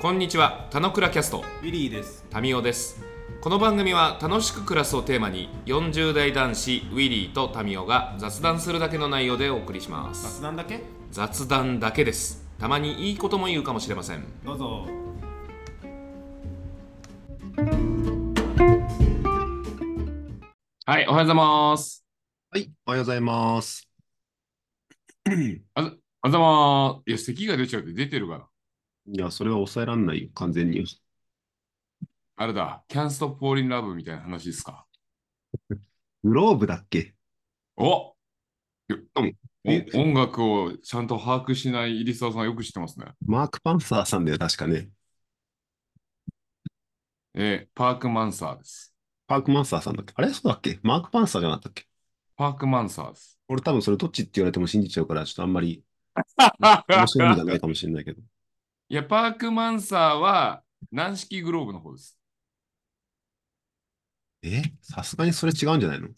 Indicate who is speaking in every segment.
Speaker 1: こんにちは、たのくらキャスト、
Speaker 2: ウィリーです。
Speaker 1: タミオです。この番組は楽しく暮らすをテーマに、40代男子ウィリーとタミオが雑談するだけの内容でお送りします。
Speaker 2: 雑談だけ
Speaker 1: 雑談だけです。たまにいいことも言うかもしれません。
Speaker 2: どうぞ。
Speaker 1: はい、おはようございます。
Speaker 3: はい、おはようございます。
Speaker 4: あざまー。いや、咳が出ちゃうって出てるから。
Speaker 3: いや、それは抑えらんないよ、完全に。
Speaker 4: あれだ、Can't Stop Fall in Love みたいな話ですか。
Speaker 3: グローブだっけ
Speaker 4: おいや
Speaker 3: うん
Speaker 4: お音楽をちゃんと把握しない入澤さんよく知ってますね。
Speaker 3: マーク・パンサーさんだよ、確かね。
Speaker 4: えーパークマンサーです。
Speaker 3: パーク・マンサーさんだっけあれそうだっけマーク・パンサーじゃなかったっけ
Speaker 4: パークマンサーです。
Speaker 3: 俺多分それどっちって言われても信じちゃうから、ちょっとあんまり面白いんじゃないかもしれないけど。
Speaker 4: いや、パークマンサーは軟式グローブの方です。
Speaker 3: えさすがにそれ違うんじゃないの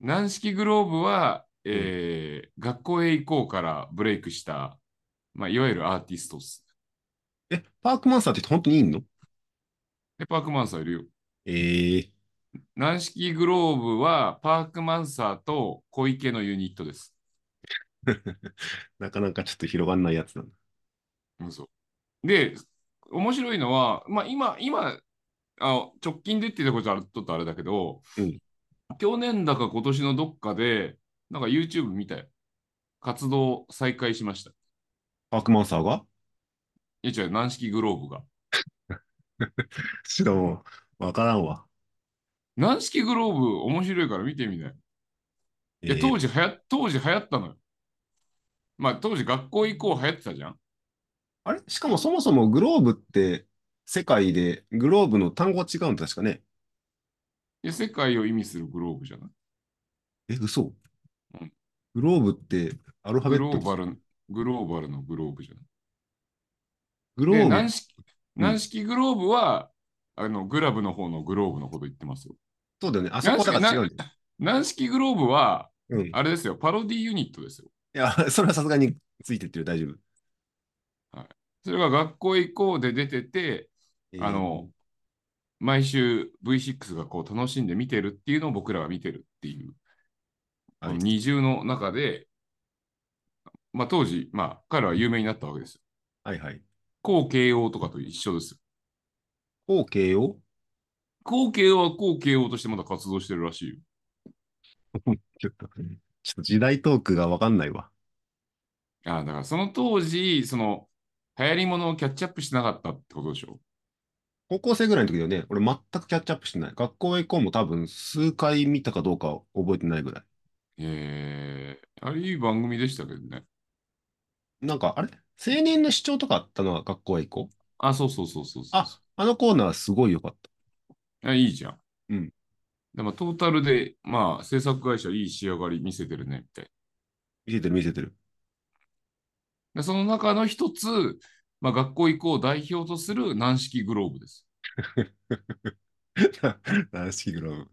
Speaker 4: 軟式グローブは、えー学校へ行こうからブレイクした、まあ、いわゆるアーティストです。
Speaker 3: え、パーク・マンサーって人本当にいんの
Speaker 4: で、パークマンサーいるよ。
Speaker 3: ええ
Speaker 4: 軟式グローブはパークマンサーと小池のユニットです。
Speaker 3: なかなかちょっと広がんないやつなんだ。
Speaker 4: 嘘で、面白いのは、まあ、今、今あ、直近でっていうことはちょっとあれだけど、
Speaker 3: うん
Speaker 4: 去年だか今年のどっかで、なんか YouTube 見たよ。活動再開しました。
Speaker 3: パーク・マンサーが
Speaker 4: いや違う、軟式グローブが。
Speaker 3: ちょっともう、わからんわ。
Speaker 4: 軟式グローブ面白いから見てみない。いや
Speaker 3: えー
Speaker 4: 当時はや、当時流行ったのよ。まあ当時学校行こう流行ってたじゃん。
Speaker 3: あれしかもそもそもグローブって世界でグローブの単語は違うんだ確かね。
Speaker 4: で世界を意味するグローブじゃない。
Speaker 3: え、嘘
Speaker 4: うん
Speaker 3: グローブってアルファベ
Speaker 4: グ
Speaker 3: ッ
Speaker 4: ロ
Speaker 3: ト
Speaker 4: ーバル、グローバルのグローブじゃない。
Speaker 3: グロ
Speaker 4: で、
Speaker 3: ー
Speaker 4: 軟
Speaker 3: ブ
Speaker 4: 式、
Speaker 3: うん
Speaker 4: 軟式グローブは、あの、グラブの方のグローブのこと言ってますよ。
Speaker 3: そうだよね。あそこはだから違うんだよ。
Speaker 4: 軟式グローブは、
Speaker 3: うん。い
Speaker 4: あれですよ、パロディユニットですよ。
Speaker 3: や、 それはさすがについてってる、大丈夫。
Speaker 4: それが学校行こうで出てて、
Speaker 3: えー
Speaker 4: あの、毎週 V6 がこう楽しんで見てるっていうのを僕らは見てるっていう、
Speaker 3: はい
Speaker 4: この二重の中で、まあ当時、まあ彼は有名になったわけですよ。
Speaker 3: はいはい。
Speaker 4: 後慶応とかと一緒ですよ。
Speaker 3: 後継を
Speaker 4: 後慶応は後慶応としてまだ活動してるらしいよ。
Speaker 3: ちょっと、ちょっと時代トークがわかんないわ。
Speaker 4: ああ、だからその当時、その、流行りものをキャッチアップしなかったってことでしょ
Speaker 3: 高校生ぐらいの時だよね。俺全くキャッチアップしてない。学校へ行こうも多分数回見たかどうか覚えてないぐらい。
Speaker 4: ええあれいい番組でしたけどね。
Speaker 3: なんか、あれ青年の主張とかあったのは学校へ行こう。
Speaker 4: あ、そうそうそうそうそうそ
Speaker 3: あのコーナーすごい良かった。
Speaker 4: うあいいじゃん。
Speaker 3: うん。
Speaker 4: でもトータルで、まあ、制作会社いい仕上がり見せてるね、みたいな。
Speaker 3: 見せてる見せてる。
Speaker 4: でその中の一つ、まあ、学校行こうを代表とする軟式グローブです。
Speaker 3: 軟式グロー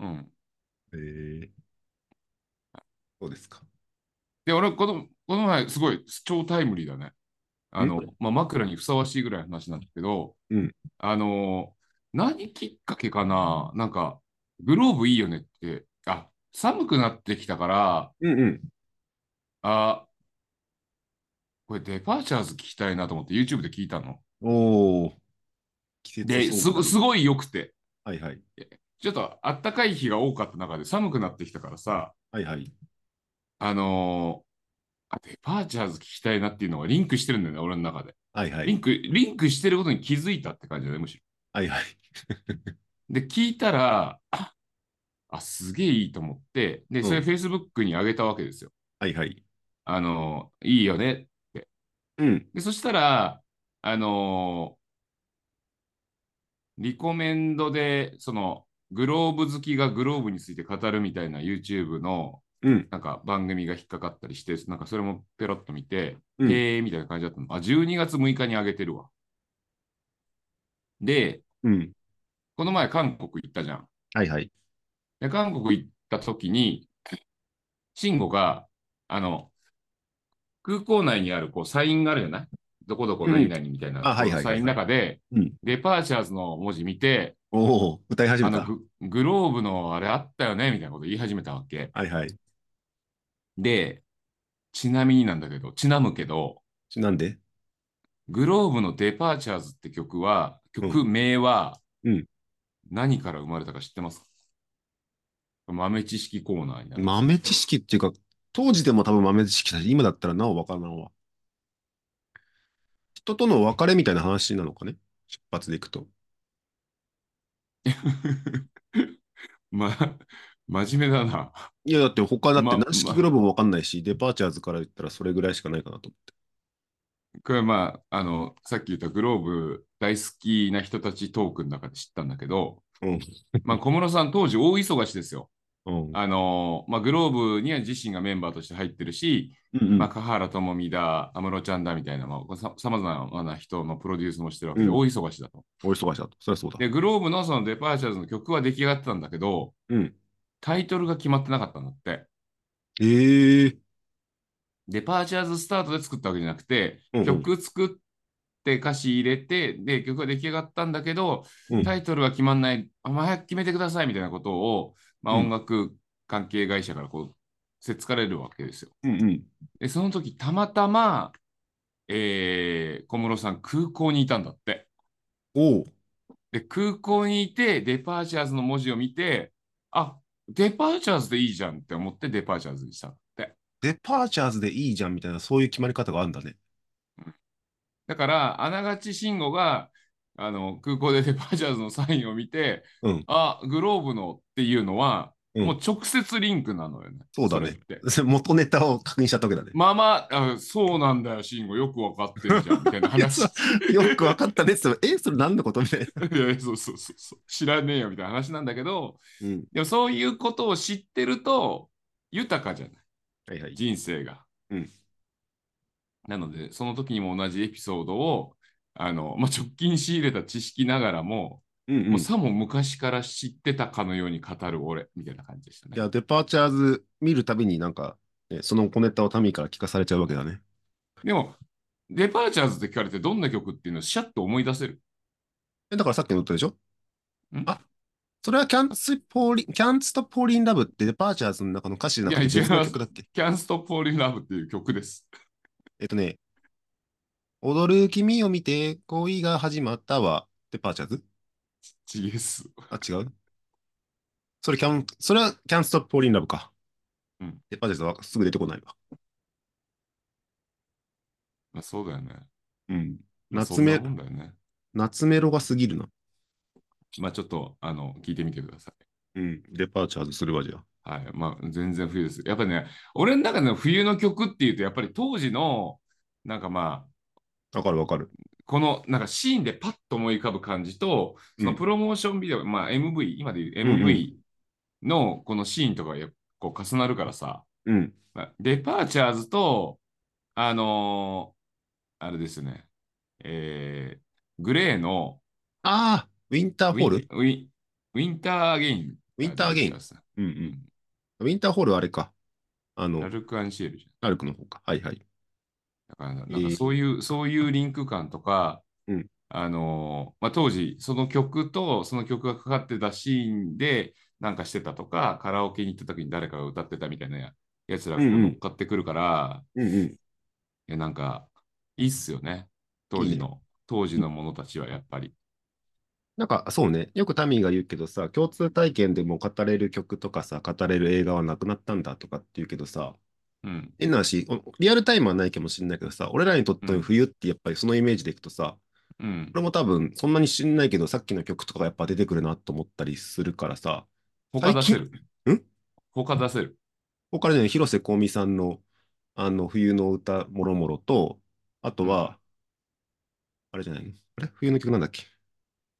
Speaker 4: うん。
Speaker 3: ブ。えー、そうですか。
Speaker 4: で、俺、この、この前、すごい、超タイムリーだね。あの、まあ、枕にふさわしいぐらいの話なんだけど、
Speaker 3: うん
Speaker 4: あのー、何きっかけかななんか、グローブいいよねって、あ、寒くなってきたから、
Speaker 3: うんうん。
Speaker 4: あ、これ、デパーチャーズ聞きたいなと思って YouTube で聞いたの。
Speaker 3: おお。季節
Speaker 4: で、すご、す
Speaker 3: い。
Speaker 4: ごい良くて、
Speaker 3: はいはい。
Speaker 4: ちょっとあったかい日が多かった中で寒くなってきたからさ、
Speaker 3: はいはい。
Speaker 4: あのー、あ、デパーチャーズ聞きたいなっていうのがリンクしてるんだよね、俺の中で。
Speaker 3: はいは
Speaker 4: リン
Speaker 3: い。
Speaker 4: ク、リンクしてることに気づいたって感じだね、むしろ。
Speaker 3: はいはい。
Speaker 4: で、聞いたら、あ、あすげえいいと思って、で、それ
Speaker 3: うん
Speaker 4: Facebook に上げたわけですよ。
Speaker 3: はいはい。
Speaker 4: あの、いいよね。
Speaker 3: うん。
Speaker 4: で、そしたら、あのリコメンドで、その、グローブ好きがグローブについて語るみたいな YouTube の、
Speaker 3: うん。
Speaker 4: なんか番組が引っかかったりして、なんかそれもペロッと見て、
Speaker 3: うん
Speaker 4: へえーみたいな感じだったの。あ、12月6日に上げてるわ。で、
Speaker 3: うん。
Speaker 4: この前韓国行ったじゃん。
Speaker 3: はいはい。
Speaker 4: で、韓国行った時に、慎吾が、あの、空港内にあるこうサインがあるじゃないどこどこ何々みたいな、
Speaker 3: んあはいはいはいはい
Speaker 4: サインの中で、
Speaker 3: うん
Speaker 4: デパーチャーズの文字見て、
Speaker 3: おお、歌い始
Speaker 4: あ
Speaker 3: めた。
Speaker 4: のグ、グローブのあれあったよねみたいなこと言い始めたわけ。
Speaker 3: はいはい。
Speaker 4: で、ちなみになんだけど、ちなむけど、
Speaker 3: なんで
Speaker 4: グローブのデパーチャーズって曲は、曲名は
Speaker 3: うん、
Speaker 4: 何から生まれたか知ってますか、豆知識コーナーになる。
Speaker 3: 豆知識っていうか、当時でも多分豆知識だし、今だったらなおわからんわ。人との別れみたいな話なのかね出発でいくと。
Speaker 4: ま、真面目だな。
Speaker 3: いや、だって他だって
Speaker 4: ま
Speaker 3: 軟式グローブもわかんないし、デパーチャーズから言ったらそれぐらいしかないかなと思って。
Speaker 4: これまあ、あの、さっき言ったグローブ大好きな人たちトークの中で知ったんだけど、
Speaker 3: うん
Speaker 4: まあ小室さん当時大忙しですよ。
Speaker 3: うん。
Speaker 4: あの、まあグローブには自身がメンバーとして入ってるし、
Speaker 3: うんうん
Speaker 4: まあ華原朋美だ、安室ちゃんだみたいな、まあ、ささまざまな人のプロデュースもしてるわけで、
Speaker 3: うん
Speaker 4: 大忙しだと。
Speaker 3: お忙しだと。そりゃそうだ。
Speaker 4: で、グローブのそのデパーチャーズの曲は出来上がってたんだけど、
Speaker 3: うん。
Speaker 4: タイトルが決まってなかったんだって。
Speaker 3: ええ
Speaker 4: デパーチャーズスタートで作ったわけじゃなくて、
Speaker 3: うんうん
Speaker 4: 曲作って歌詞入れて、で、曲が出来上がったんだけど、
Speaker 3: うん
Speaker 4: タイトルは決まんない、あ、まあ、早く決めてくださいみたいなことを、まあ、
Speaker 3: うん
Speaker 4: 音楽関係会社からこう、せっつかれるわけですよ。
Speaker 3: うんうん。
Speaker 4: で、その時、たまたま、えー小室さん、空港にいたんだって。
Speaker 3: おう。
Speaker 4: で、空港にいて、デパーチャーズの文字を見て、あ、デパーチャーズでいいじゃんって思って、デパーチャーズにしたんだって。
Speaker 3: デパーチャーズでいいじゃんみたいな、そういう決まり方があるんだね。
Speaker 4: だから、あながち慎吾があの空港でデパーチャーズのサインを見て、
Speaker 3: うん
Speaker 4: あ、グローブのっていうのは、
Speaker 3: うん
Speaker 4: もう直接リンクなのよね。
Speaker 3: そうだね
Speaker 4: れっ て。
Speaker 3: 元ネタを確認しちゃったわけ だね。
Speaker 4: まあまあ、あそうなんだよ、慎吾、よくわかってるじゃん、みたいない
Speaker 3: や
Speaker 4: 話。い
Speaker 3: そよくわかったねって言ってもえ、それ何のことみたいな。
Speaker 4: やそうそうそうそう、知らねえよみたいな話なんだけど、
Speaker 3: うん。
Speaker 4: でも そういうことを知ってると、豊かじゃない、
Speaker 3: はいはい。
Speaker 4: 人生が。
Speaker 3: うん
Speaker 4: なので、その時にも同じエピソードを、あのまあ、直近仕入れた知識ながらも、
Speaker 3: うんうん
Speaker 4: もうさも昔から知ってたかのように語る俺みたいな感じでしたね。
Speaker 3: いや、デパーチャーズ見るたびになんか、ね、その小ネタをタミーから聞かされちゃうわけだね。
Speaker 4: でも、デパーチャーズって聞かれてどんな曲っていうのをシャッと思い出せる。
Speaker 3: え、だからさっきの歌でしょ
Speaker 4: ん
Speaker 3: あ、それはキャンツポーリン、キャンツとポーリンラブってデパーチャーズの中の歌詞の中で
Speaker 4: いや
Speaker 3: 別の
Speaker 4: 違います
Speaker 3: 曲だっけ
Speaker 4: Can't Stop Falling in Love っていう曲です。
Speaker 3: えっとね、踊る君を見て恋が始まったはデパーチャーズ
Speaker 4: ちげえっす。
Speaker 3: あ、違うそれキャン、それはキャンストップポーリンラブか。
Speaker 4: うん。
Speaker 3: デパーチャーズはすぐ出てこないわ。
Speaker 4: まあ、そうだよね。
Speaker 3: うん。
Speaker 4: まあ
Speaker 3: 夏目
Speaker 4: そんなもんだよね。
Speaker 3: 夏メロが過ぎるな。
Speaker 4: まあちょっと、あの、聞いてみてくださ
Speaker 3: うん。デパーチャーズするわじゃあ。
Speaker 4: い。はい。まあ全然冬です。やっぱね、俺の中の冬の曲っていうと、やっぱり当時の、なんかまあ、
Speaker 3: わかるわかる。
Speaker 4: このなんかシーンでパッと思い浮かぶ感じと、
Speaker 3: うん
Speaker 4: そのプロモーションビデオ、まあ MV、今で言う
Speaker 3: うんう
Speaker 4: MV のこのシーンとかがやっぱこう重なるからさ、
Speaker 3: うん。
Speaker 4: まあデパーチャーズと、あのーあれですね、えー、グレーの
Speaker 3: ああ、ウィンター
Speaker 4: ウ
Speaker 3: フ
Speaker 4: ィ
Speaker 3: ォー
Speaker 4: ン
Speaker 3: ル
Speaker 4: ウィンウィンターゲイン。
Speaker 3: ウィンターゲイン
Speaker 4: あ。ですね
Speaker 3: うんう。
Speaker 4: うんん
Speaker 3: ウィンターホールはあれか。あの
Speaker 4: ラ、ルク・アンシエルじ
Speaker 3: ラルクの方か。はいはい。
Speaker 4: ゃん。だから
Speaker 3: え
Speaker 4: なん
Speaker 3: ー
Speaker 4: かそういう、そういうリンク感とか、
Speaker 3: うん
Speaker 4: あのーまあ、当時、その曲とその曲がかかってたシーンでなんかしてたとか、カラオケに行った時に誰かが歌ってたみたいなやつらが
Speaker 3: うんうん
Speaker 4: 乗っかってくるから、
Speaker 3: うんうん。
Speaker 4: いやなんかいいっすよね。当時の、当時のものたちはやっぱり。
Speaker 3: なんか、そうね。よくタミーが言うけどさ、共通体験でも語れる曲とかさ、語れる映画はなくなったんだとかって言うけどさ、
Speaker 4: うん。
Speaker 3: 変な話、おリアルタイムはないかもしれないけどさ、俺らにとっての冬ってやっぱりそのイメージでいくとさ、
Speaker 4: うん
Speaker 3: こ。れも多分そんなに知んないけど、さっきの曲とかがやっぱ出てくるなと思ったりするからさ、
Speaker 4: 他出せる。
Speaker 3: ん
Speaker 4: 他出せる。
Speaker 3: ここからね、広瀬香美さんの、あの、冬の歌、もろもろと、あとは、あれじゃないのあれ冬の曲なんだっけ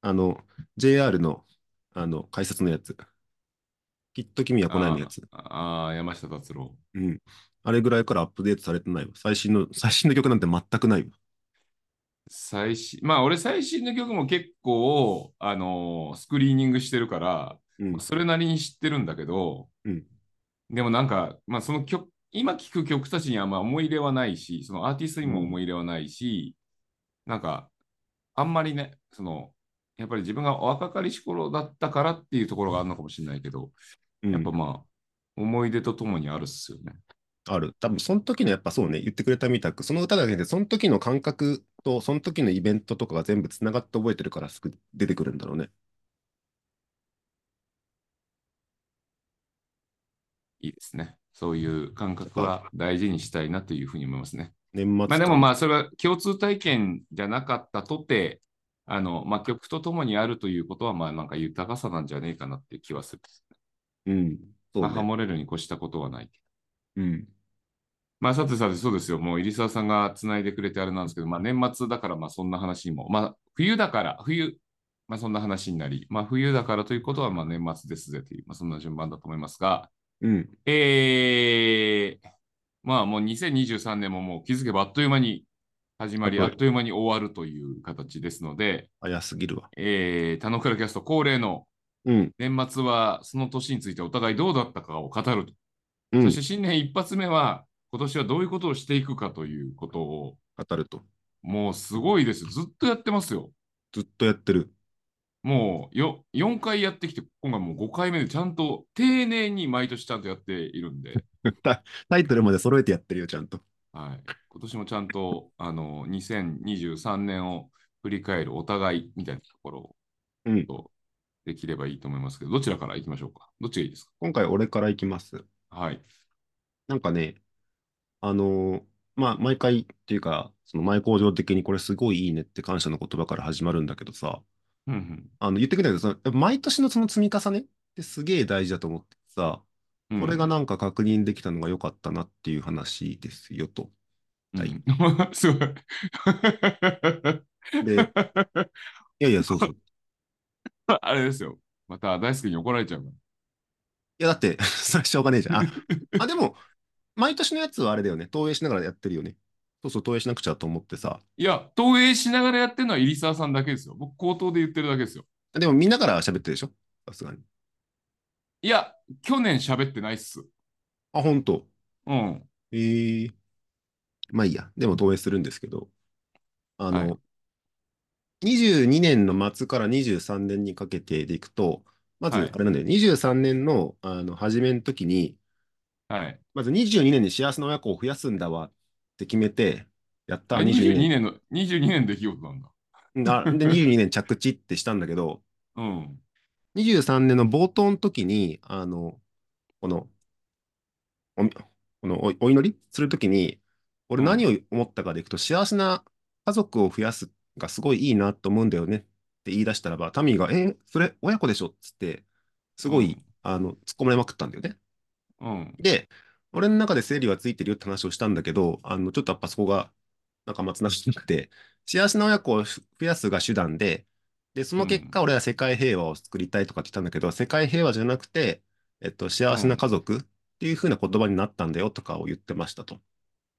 Speaker 3: あの、JR の、あの、改札のやつ。きっと君は来ないのやつ。
Speaker 4: ああ、山下達郎。
Speaker 3: うん。あれぐらいからアップデートされてないわ。最新の、最新の曲なんて全くないわ。
Speaker 4: 最新、まあ俺最新の曲も結構、あのースクリーニングしてるから、
Speaker 3: うん。
Speaker 4: それなりに知ってるんだけど、
Speaker 3: うん
Speaker 4: でもなんか、まあその曲、今聴く曲たちにはまあ思い入れはないし、そのアーティストにも思い入れはないし、なんか、あんまりね、その、やっぱり自分が若かりし頃だったからっていうところがあるのかもしれないけど、
Speaker 3: うん
Speaker 4: やっぱまあ、思い出とともにあるっすよね。
Speaker 3: ある。多分その時のやっぱそうね、言ってくれたみたく、その歌だけで、その時の感覚と、その時のイベントとかが全部つながって覚えてるから、すぐ出てくるんだろうね。
Speaker 4: いいですね。そういう感覚は大事にしたいなというふうに思いますね。
Speaker 3: 年末
Speaker 4: まあでもま
Speaker 3: あ、
Speaker 4: あ、それは共通体験じゃなかったとて、あの、まあ曲とともにあるということは、まあなんか豊かさなんじゃねえかなっていう気はする。
Speaker 3: うん。そう
Speaker 4: ま
Speaker 3: ね
Speaker 4: あ、ハモれるに越したことはない。
Speaker 3: うん。
Speaker 4: まあ、さてさて、そうですよ。もう、入澤さんがつないでくれてあれなんですけど、まあ、年末だから、まあ、そんな話にも、まあ、冬だから、冬、まあ、そんな話になり、まあ、冬だからということは、まあ、年末ですぜという、まあ、そんな順番だと思いますが、
Speaker 3: うん。
Speaker 4: えー、まあ、もう2023年ももう気づけばあっという間に始まり、
Speaker 3: は
Speaker 4: あ
Speaker 3: い
Speaker 4: っという間に終わるという形ですので、
Speaker 3: 早すぎるわ。
Speaker 4: えー、田野倉キャスト恒例の
Speaker 3: うん。
Speaker 4: 年末はその年についてお互いどうだったかを語ると。
Speaker 3: うん。
Speaker 4: そして新年一発目は、今年はどういうことをしていくかということを、
Speaker 3: 語ると。
Speaker 4: もうすごいですよ。ずっとやってますよ。
Speaker 3: ずっとやってる。
Speaker 4: もうよ4回やってきて、今回もう5回目でちゃんと丁寧に毎年ちゃんとやっているんで、
Speaker 3: タイトルまで揃えてやってるよ、ちゃんと。
Speaker 4: はい、今年もちゃんとあの2023年を振り返るお互いみたいなところを
Speaker 3: うん
Speaker 4: ちょっとできればいいと思いますけど、どちらからいきましょうか。どっちがいいです
Speaker 3: 今回俺からいきます。
Speaker 4: かはい。
Speaker 3: なんかね、あのーまあ、毎回っていうか、その前工場的にこれすごいいいねって感謝の言葉から始まるんだけどさ、
Speaker 4: うんうん
Speaker 3: あの、言ってくれたけど、そのやっぱ毎年のその積み重ねってすげえ大事だと思ってさ、
Speaker 4: うん
Speaker 3: これがなんか確認できたのが良かったなっていう話ですよと。
Speaker 4: うん
Speaker 3: はい
Speaker 4: すごい。
Speaker 3: で、いやいや、そうそう。い
Speaker 4: あれですよ。また大輔に怒られちゃうから。
Speaker 3: や、だって、 それしょうがねえじゃん。 あ、あでも、毎年のやつはあれだよね。投影しながらやってるよね。そうそう、投影しなくちゃと思ってさ。
Speaker 4: いや、投影しながらやってるのは入澤さんだけですよ。僕、口頭で言ってるだけですよ。
Speaker 3: でも、見ながら喋ってるでしょさすがに。
Speaker 4: いや、去年喋ってないっす。
Speaker 3: あ、ほんと。
Speaker 4: うん。
Speaker 3: ええまあいいや。でも投影するんですけど、あの、
Speaker 4: はい
Speaker 3: 22年の末から23年にかけてでいくと、まず、
Speaker 4: はい
Speaker 3: あれなんだよ、23年の、あの初めの時に、
Speaker 4: はい。
Speaker 3: まず22年に幸せな親子を増やすんだわって決めて、やった、
Speaker 4: あ
Speaker 3: 22
Speaker 4: 22
Speaker 3: 年。
Speaker 4: 年の、22年の出来事なんだ。
Speaker 3: あで、22年着地ってしたんだけど、
Speaker 4: うん。
Speaker 3: 23年の冒頭の時に、あの、この、おみこのおお祈りするときに、俺
Speaker 4: うん
Speaker 3: 何を思ったかでいくと、幸せな家族を増やすがすごいいいなと思うんだよねって言い出したらば、タミーが、え、それ親子でしょっつって、すごい、
Speaker 4: うん
Speaker 3: あの、突っ込まれまくったんだよね。
Speaker 4: うん。
Speaker 3: で、俺の中で整理はついてるよって話をしたんだけど、あの、ちょっとやっぱそこが、なんかまつながってなくて、幸せな親子を増やすが手段で、で、その結果、俺は世界平和を作りたいとかって言ったんだけど、世界平和じゃなくて、えっと、幸せな家族っていう風な言葉になったんだよとかを言ってましたと。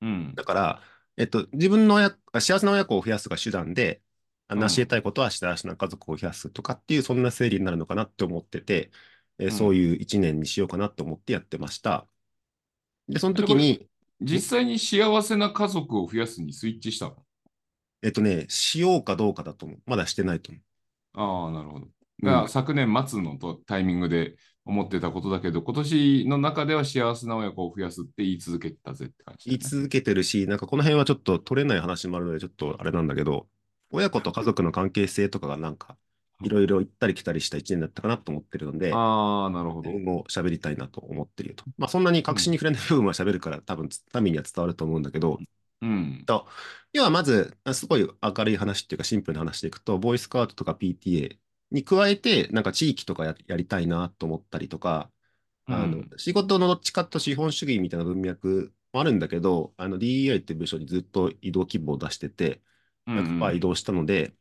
Speaker 4: うん。
Speaker 3: だから、えっと、自分の親あ幸せな親子を増やすが手段で、あ
Speaker 4: う
Speaker 3: 成
Speaker 4: ん
Speaker 3: し得たいことは幸せな家族を増やすとかっていう、そんな整理になるのかなって思ってて、えー
Speaker 4: うん
Speaker 3: そういう一年にしようかなと思ってやってました。で、その時に、
Speaker 4: 実際に幸せな家族を増やすにスイッチしたの。
Speaker 3: えっとね、しようかどうかだと思う。まだしてないと思
Speaker 4: ああ、なるほど。
Speaker 3: う。
Speaker 4: が、
Speaker 3: うん
Speaker 4: 昨年末のとタイミングで思ってたことだけど、今年の中では幸せな親子を増やすって言い続けてたぜって感じだ
Speaker 3: 言い
Speaker 4: ね、
Speaker 3: 続けてるし、なんかこの辺はちょっと取れない話もあるので、ちょっとあれなんだけど、親子と家族の関係性とかがなんか、いろいろ行ったり来たりした一年だったかなと思ってるので、
Speaker 4: ああ、なるほど。
Speaker 3: 今後喋りたいなと思ってるよと。まあそんなに確信に触れない部分は喋るから、多分つ民には伝わると思うんだけど、
Speaker 4: うん。
Speaker 3: 要はまず、あすごい明るい話っていうかシンプルな話でいくと、ボーイスカウトとか PTA に加えて、なんか地域とかややりたいなと思ったりとか、あの
Speaker 4: うん
Speaker 3: 仕事のどっちかと資本主義みたいな文脈もあるんだけど、あの DEI っていう部署にずっと移動希望を出してて、100%移動したので、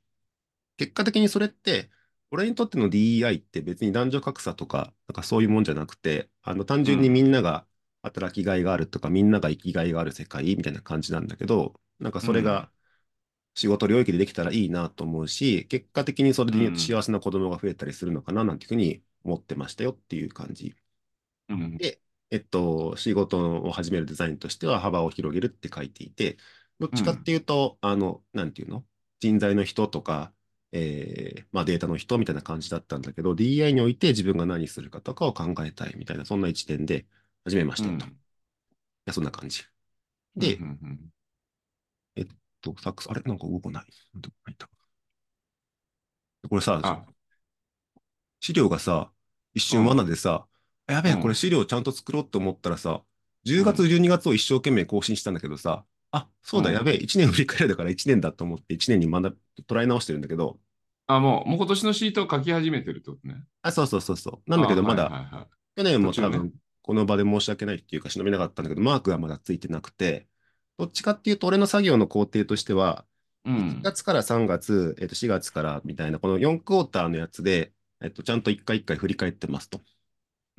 Speaker 3: 結果的にそれって、俺にとっての DEI って別に男女格差とか、なんかそういうもんじゃなくて、あの単純に
Speaker 4: うん
Speaker 3: みんなが働きがいがあるとか、みんなが生きがいがある世界みたいな感じなんだけど、なんかそれ
Speaker 4: うん
Speaker 3: が仕事領域でできたらいいなと思うし、結果的にそれ
Speaker 4: うん
Speaker 3: で幸せな子供が増えたりするのかななんていうふうに思ってましたよっていう感じ。
Speaker 4: うん
Speaker 3: えっと、仕事を始めるデザインとしては幅を広げるって書いていて、どっちかっていうと、あの、なんていうの人材の人とか、えーまあ、データの人みたいな感じだったんだけど、DI において自分が何するかとかを考えたいみたいな、そんな一点で始めましたと。いやそんな感じ。で、
Speaker 4: うんうん
Speaker 3: と、サックス、あれなんか動かない。なんで動かないんだこれ
Speaker 4: うんあ
Speaker 3: さ、資料がさ、一瞬罠でさ、あやべえ、
Speaker 4: うん
Speaker 3: これ資料ちゃんと作ろうと思ったらさ、10月、
Speaker 4: う
Speaker 3: 12月を一生懸命更新したんだけどさ、あ、そうだ、
Speaker 4: うん
Speaker 3: やべえ、1年振り返るだから1年だと思って1年に学び、捉え直してるんだけど、
Speaker 4: あ、もう、もう今年のシートを書き始めてるってことね。
Speaker 3: あ、そうそうそうそう。なんだけど、
Speaker 4: あ
Speaker 3: まだ、
Speaker 4: はいはいはい
Speaker 3: 去年も
Speaker 4: 途
Speaker 3: 多
Speaker 4: 中ね
Speaker 3: 分、この場で申し訳ないっていうか、忍びなかったんだけど、マークがまだついてなくて、どっちかっていうと、俺の作業の工程としては、
Speaker 4: う
Speaker 3: 1
Speaker 4: ん。
Speaker 3: 月から3月、えっと4月からみたいな、この4クォーターのやつで、えっと、ちゃんと1回1回振り返ってますと。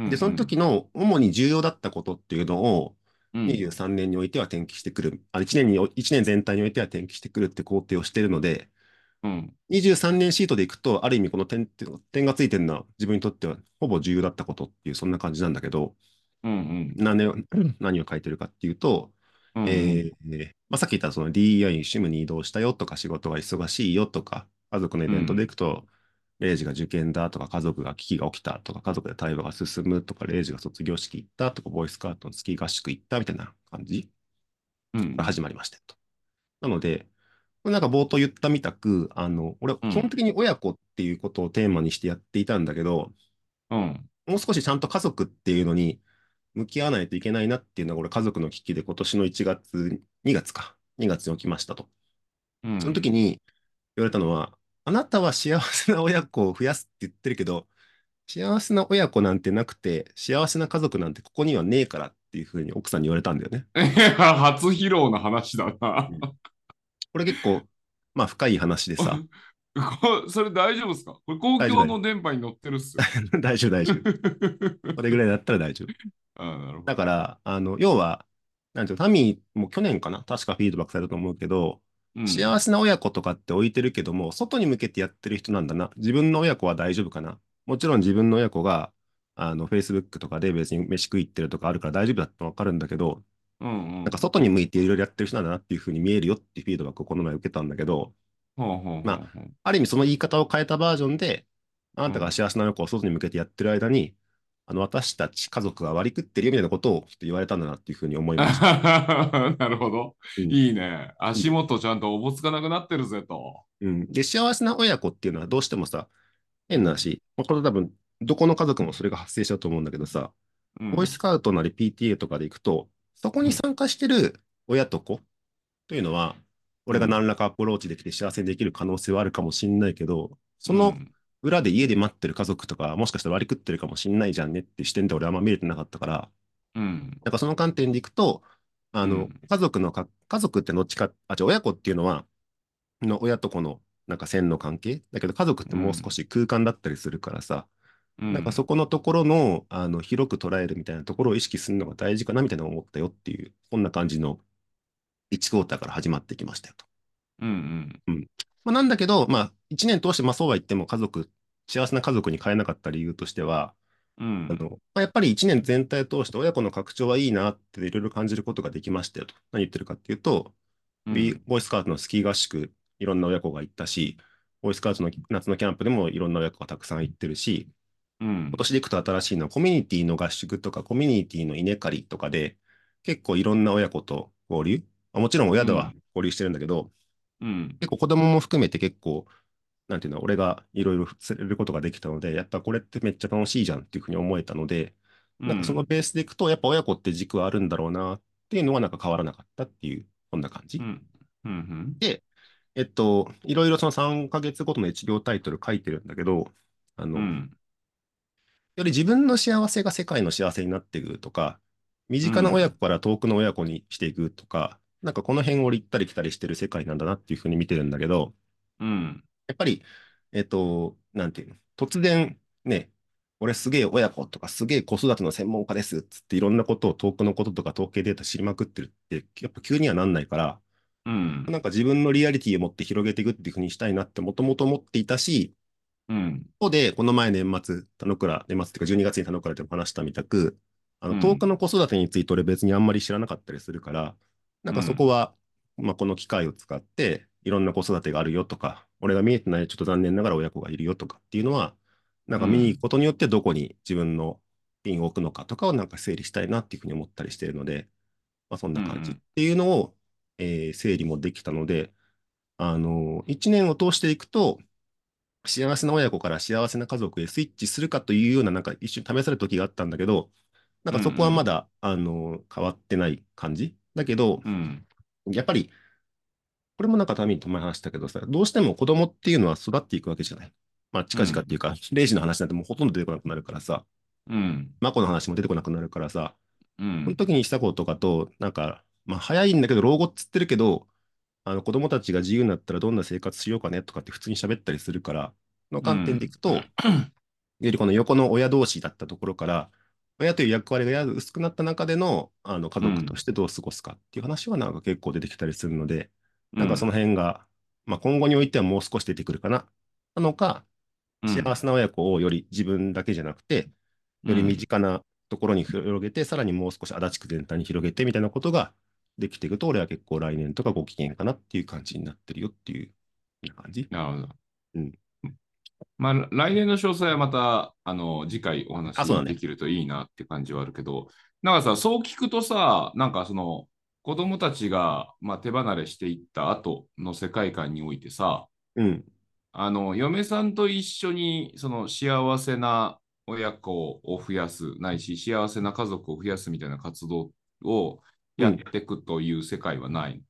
Speaker 3: で、その時の主に重要だったことっていうのを、
Speaker 4: うん、うん
Speaker 3: 23年においては転記してくる、あ、1年に、1年全体においては転記してくるって工程をしてるので、
Speaker 4: うん
Speaker 3: 23年シートでいくと、ある意味この点って点がついてるのは自分にとってはほぼ重要だったことっていう、そんな感じなんだけど、
Speaker 4: うん
Speaker 3: 何 を何を書いてるかっていうと、
Speaker 4: うん。
Speaker 3: えーまあ、さっき言ったその DEI に SIM に移動したよとか、仕事が忙しいよとか、家族のイベントで行くと、レイジが受験だとか、家族が危機が起きたとか、家族で対話が進むとか、レイジが卒業式行ったとか、ボーイスカートのスキー合宿行ったみたいな感じ
Speaker 4: うん
Speaker 3: が始まりましたよと。なので、これなんか冒頭言ったみたく、あの、俺、基本的に親子っていうことをテーマにしてやっていたんだけど、
Speaker 4: うん。
Speaker 3: もう少しちゃんと家族っていうのに向き合わないといけないなっていうのが、俺、家族の危機で今年の1月、2月か、2月に起きましたと。
Speaker 4: うん。
Speaker 3: その時に言われたのは、あなたは幸せな親子を増やすって言ってるけど、幸せな親子なんてなくて、幸せな家族なんてここにはねえからっていうふうに奥さんに言われたんだよね。
Speaker 4: いや 初披露の話だな。
Speaker 3: これ結構、まあ深い話でさ、
Speaker 4: こそれ大丈夫ですかこれ公共の電波に乗ってるっ すよ。
Speaker 3: 大丈夫大丈夫。これぐらいだったら大丈夫。
Speaker 4: あーなるほど
Speaker 3: だから、あの、要は、なんていうのタミーも去年かな確かフィードバックされたと思うけど、
Speaker 4: うん
Speaker 3: 幸せな親子とかって置いてるけども、外に向けてやってる人なんだな。自分の親子は大丈夫かな。もちろん自分の親子が、あの、Facebook とかで別に飯食い行ってるとかあるから大丈夫だってわかるんだけど、
Speaker 4: うんう
Speaker 3: な
Speaker 4: ん
Speaker 3: んか外に向いていろいろやってる人なんだなっていうふうに見えるよっていうフィードバックをこの前受けたんだけど、
Speaker 4: ほうほうほう
Speaker 3: まある意味その言い方を変えたバージョンで、あなたが幸せな親子を外に向けてやってる間に、あの、私たち家族は割り食ってるよみたいなことをちょっと言われたんだなっていうふうに思いました。
Speaker 4: なるほど。
Speaker 3: うん
Speaker 4: いいね。足元ちゃんとおぼつかなくなってるぜと。
Speaker 3: うん、で、幸せな親子っていうのはどうしてもさ、変な話、まあ、これ多分、どこの家族もそれが発生しちゃうと思うんだけどさ、
Speaker 4: うん
Speaker 3: ボーイスカウトなり PTA とかで行くと、そこに参加してる親と子というのは、俺が何らかアプローチできて幸せにできる可能性はあるかもしんないけど、その
Speaker 4: うん
Speaker 3: 裏で家で待ってる家族とか、もしかしたら割り食ってるかもしんないじゃんねっていう視点で俺はあんま見れてなかったから、
Speaker 4: うん
Speaker 3: なんかその観点でいくと、あの、
Speaker 4: うん
Speaker 3: 家族のか、家族ってどっちか、あ、違う、親子っていうのは、の親と子のなんか線の関係だけど、家族ってもう少し空間だったりするからさ、
Speaker 4: うん
Speaker 3: なんかそこのところの、あの、広く捉えるみたいなところを意識するのが大事かなみたいなのを思ったよっていう、こんな感じの1クォーターから始まってきましたよと。
Speaker 4: うん
Speaker 3: まあ、なんだけど、まあ、1年通して、まあそうは言っても家族、幸せな家族に変えなかった理由としては、
Speaker 4: うんうん
Speaker 3: あのまあ、やっぱり1年全体を通して親子の拡張はいいなっていろいろ感じることができましたよと。何言ってるかっていうと、
Speaker 4: うん
Speaker 3: ビーボーイスカートのスキー合宿、いろんな親子が行ったし、ボーイスカートの夏のキャンプでもいろんな親子がたくさん行ってるし、
Speaker 4: うん
Speaker 3: 今年で行くと新しいのはコミュニティの合宿とかコミュニティの稲刈りとかで結構いろんな親子と交流、まあもちろん親では交流してるんだけど、
Speaker 4: うん
Speaker 3: 結構子供も含めて結構、なんていうの、俺がいろいろ触れることができたので、やっぱこれってめっちゃ楽しいじゃんっていうふうに思えたので、なんかそのベースでいくと、やっぱ親子って軸はあるんだろうなっていうのはなんか変わらなかったっていう、こんな感じ。
Speaker 4: うんうん
Speaker 3: えっと、いろいろその3ヶ月ごとの一行タイトル書いてるんだけど、あ
Speaker 4: うん
Speaker 3: の、
Speaker 4: う
Speaker 3: よ
Speaker 4: ん
Speaker 3: り自分の幸せが世界の幸せになっていくとか、身近な親子から遠くの親子にしていくとか、なんかこの辺を俺行ったり来たりしてる世界なんだなっていうふうに見てるんだけど、
Speaker 4: うん
Speaker 3: やっぱり、えっと、なんていうの、突然ね、俺すげえ親子とかすげえ子育ての専門家ですっつっていろんなことを遠くのこととか統計データ知りまくってるって、やっぱ急にはなんないから、
Speaker 4: うん
Speaker 3: なんか自分のリアリティを持って広げていくっていうふうにしたいなってもともと思っていたし、
Speaker 4: うん
Speaker 3: 一方で、この前年末、田之倉、年末っていうか12月に田之倉でも話したみたく、あ
Speaker 4: う
Speaker 3: の、
Speaker 4: ん
Speaker 3: 遠くの子育てについて俺別にあんまり知らなかったりするから、なんかそこは、まあこの機会を使って、いろんな子育てがあるよとか、俺が見えてない、ちょっと残念ながら親子がいるよとかっていうのは、なんか見に行くことによってどこに自分のピンを置くのかとかをなんか整理したいなっていうふうに思ったりしているので、まあ、そんな感じ
Speaker 4: う
Speaker 3: っ
Speaker 4: んうん
Speaker 3: ていうのを、えー整理もできたので、あの1年を通していくと、幸せな親子から幸せな家族へスイッチするかというような、なんか一瞬試される時があったんだけど、なんかそこはまだ、あの変わってない感じ。だけど、
Speaker 4: うん。
Speaker 3: やっぱり、これもなんかために前話したけどさ、どうしても子供っていうのは育っていくわけじゃない。まあ、近々っていうか、0時の話なんてもうほとんど出てこなくなるからさ、
Speaker 4: うん。
Speaker 3: マコの話も出てこなくなるからさ、
Speaker 4: う
Speaker 3: その
Speaker 4: ん。
Speaker 3: 時にしたことかと、なんか、まあ、早いんだけど、老後っつってるけど、あの子供たちが自由になったらどんな生活しようかねとかって普通に喋ったりするから、の観点でいくと、よりこの横の親同士だったところから、親という役割がやや薄くなった中でのあの家族としてどう過ごすかっていう話はなんか結構出てきたりするので、なんかその辺が、まあ、今後においてはもう少し出てくるかな。なのか、幸せな親子をより自分だけじゃなくて、より身近なところに広げて、さらにもう少し足立区全体に広げてみたいなことができていくと、俺は結構来年とかご機嫌かなっていう感じになってるよっていう感じ。
Speaker 4: なるほど。
Speaker 3: うん
Speaker 4: まあ、来年の詳細はまた、あの、次回お話
Speaker 3: あそうだね
Speaker 4: できるといいなって感じはあるけど、なんかさ、そう聞くとさ、なんかその、子供たちが、まあ、手離れしていった後の世界観においてさ、
Speaker 3: うん。
Speaker 4: あの、嫁さんと一緒に、その、幸せな親子を増やす、ないし、幸せな家族を増やすみたいな活動をやっていくという世界はない。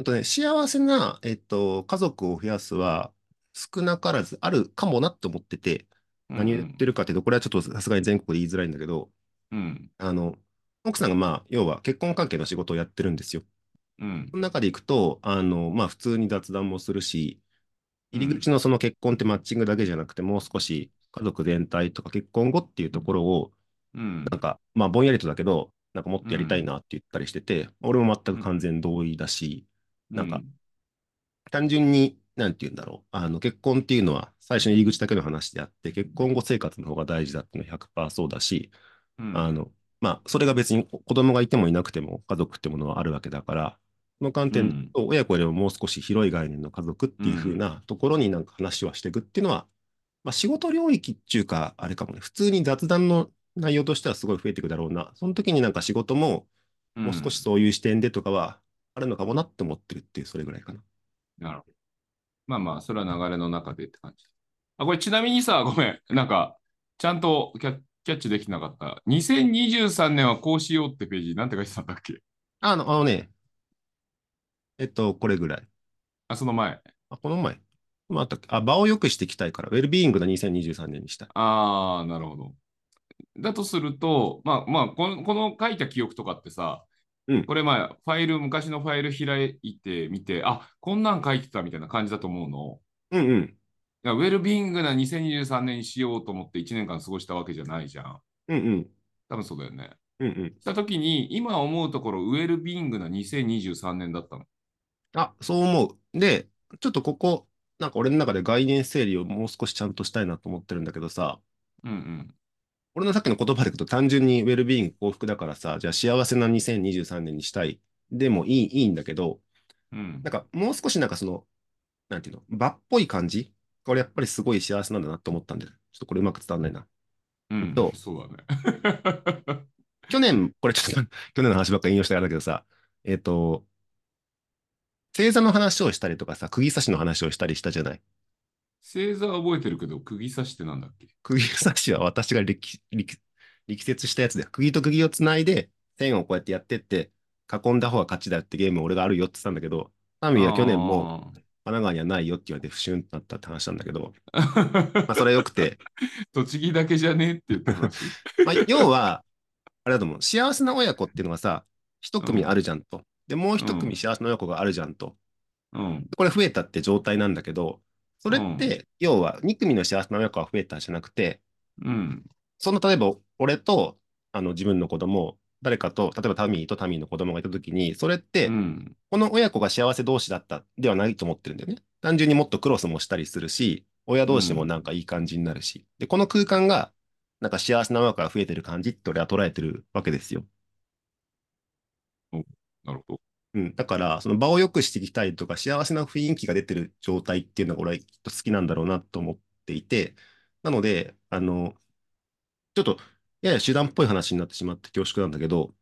Speaker 3: あとね、幸せな、えっと、家族を増やすは少なからずあるかもなって思ってて、何言って
Speaker 4: る
Speaker 3: るかっていうと、これはちょっとさすがに全国で言いづらいんだけど、
Speaker 4: うん。
Speaker 3: あの、奥さんがまあ、要は結婚関係の仕事をやってるんですよ。
Speaker 4: うん
Speaker 3: そ。の中でいくと、あの、まあ普通に雑談もするし、
Speaker 4: うん
Speaker 3: 入り口のその結婚ってマッチングだけじゃなくて、もう少し家族全体とか結婚後っていうところを、
Speaker 4: うん。
Speaker 3: なんか、まあぼんやりとだけど、なんかもっとやりたいなって言ったりしてて、俺も全く完全同意だし、なんか単純に、なんて言うんだろう、あの結婚っていうのは最初の入り口だけの話であって、結婚後生活の方が大事だっていうのは100%そうだし、
Speaker 4: うん、
Speaker 3: あの、まあ、それが別に子子供がいてもいなくても家族ってものはあるわけだから、その観
Speaker 4: う
Speaker 3: 点
Speaker 4: ん
Speaker 3: と親子よりももう少し広い概念の家族っていう風なところになんか話はしていくっていうのは、まあ、仕事領域っていうか、あれかもね、普通に雑談の内容としてはすごい増えていくだろうな。その時になんか仕事ももう少しそういう視点でとかはあるのかもなって思ってるっていう、それぐらいかな。
Speaker 4: なるほど。まあまあ、それは流れの中でって感じ。あ、これちなみにさ、ごめん。なんか、ちゃんとキャキャッチできてなかった。2023年はこうしようってページ、なんて書いてたんだっけ
Speaker 3: あの、あのね、えっと、これぐらい。
Speaker 4: あ、その前。
Speaker 3: あ、この前。まあ、あったっけあ、場を良くしていきたいから、ウェルビーイングな2023年にしたい。
Speaker 4: ああ、なるほど。だとすると、まあまあこの、この書いた記憶とかってさ、
Speaker 3: うん
Speaker 4: これ前、ファイル、昔のファイル開いてみて、あ、こんなん書いてたみたいな感じだと思うの。
Speaker 3: うんうん。
Speaker 4: いやウェルビーイングな2023年にしようと思って1年間過ごしたわけじゃないじゃん。
Speaker 3: うんうん。
Speaker 4: 多分そうだよね。
Speaker 3: うんうん。
Speaker 4: したときに、今思うところ、ウェルビーイングな2023年だったの。
Speaker 3: あ、そう思う。で、ちょっとここ、なんか俺の中で概念整理をもう少しちゃんとしたいなと思ってるんだけどさ、
Speaker 4: うん
Speaker 3: 俺のさっきの言葉でいくと単純にウェルビーイング幸福だからさ、じゃあ幸せな2023年にしたい。でもいい、いいんだけど、
Speaker 4: うん。うん
Speaker 3: なんかもう少しなんかその、なんていうの、場っぽい感じこれやっぱりすごい幸せなんだなと思ったんだよ。ちょっとこれうまく伝わんないな。
Speaker 4: うん
Speaker 3: どう
Speaker 4: そうだね。
Speaker 3: 去年、これちょっと 去年の話ばっかり引用してあれだけどさ、えっと、星座の話をしたりとかさ、釘刺しの話をしたりしたじゃない。
Speaker 4: 星座は覚えてるけど、釘刺しってなんだっけ
Speaker 3: 釘刺しは私が力力力説したやつで、釘と釘をつないで、線をこうやってやってって、囲んだ方が勝ちだってゲームを俺があるよって言ってたんだけど、タミーは去年も神奈川にはないよって言われて不審になったって話なんだけど、
Speaker 4: あー。
Speaker 3: ま あそれは良くて、
Speaker 4: 栃木だけじゃねえって言った話。
Speaker 3: まあ要は、あれだと思う、幸せな親子っていうのがさ、一組あるじゃんと。で、もう一
Speaker 4: うん
Speaker 3: 組幸せな親子があるじゃんと。
Speaker 4: うん。
Speaker 3: これ増えたって状態なんだけど、それって、要は2組の幸せな親子が増えたじゃなくて、
Speaker 4: うん。
Speaker 3: その例えば俺とあの自分の子供、誰かと、例えばタミーとタミーの子供がいたときに、それっ
Speaker 4: う
Speaker 3: て、
Speaker 4: ん。
Speaker 3: この親子が幸せ同士だったではないと思ってるんだよね。単純にもっとクロスもしたりするし、親同士もなんかいい感じになるし。で、この空間が、なんか幸せな親子が増えてる感じって俺は捉えてるわけですよ。
Speaker 4: なるほど。
Speaker 3: うん、だから、その場を良くしていきたいとか、幸せな雰囲気が出てる状態っていうのが、俺はきっと好きなんだろうなと思っていて、なので、あの、ちょっと、やや手段っぽい話になってしまって恐縮なんだけど、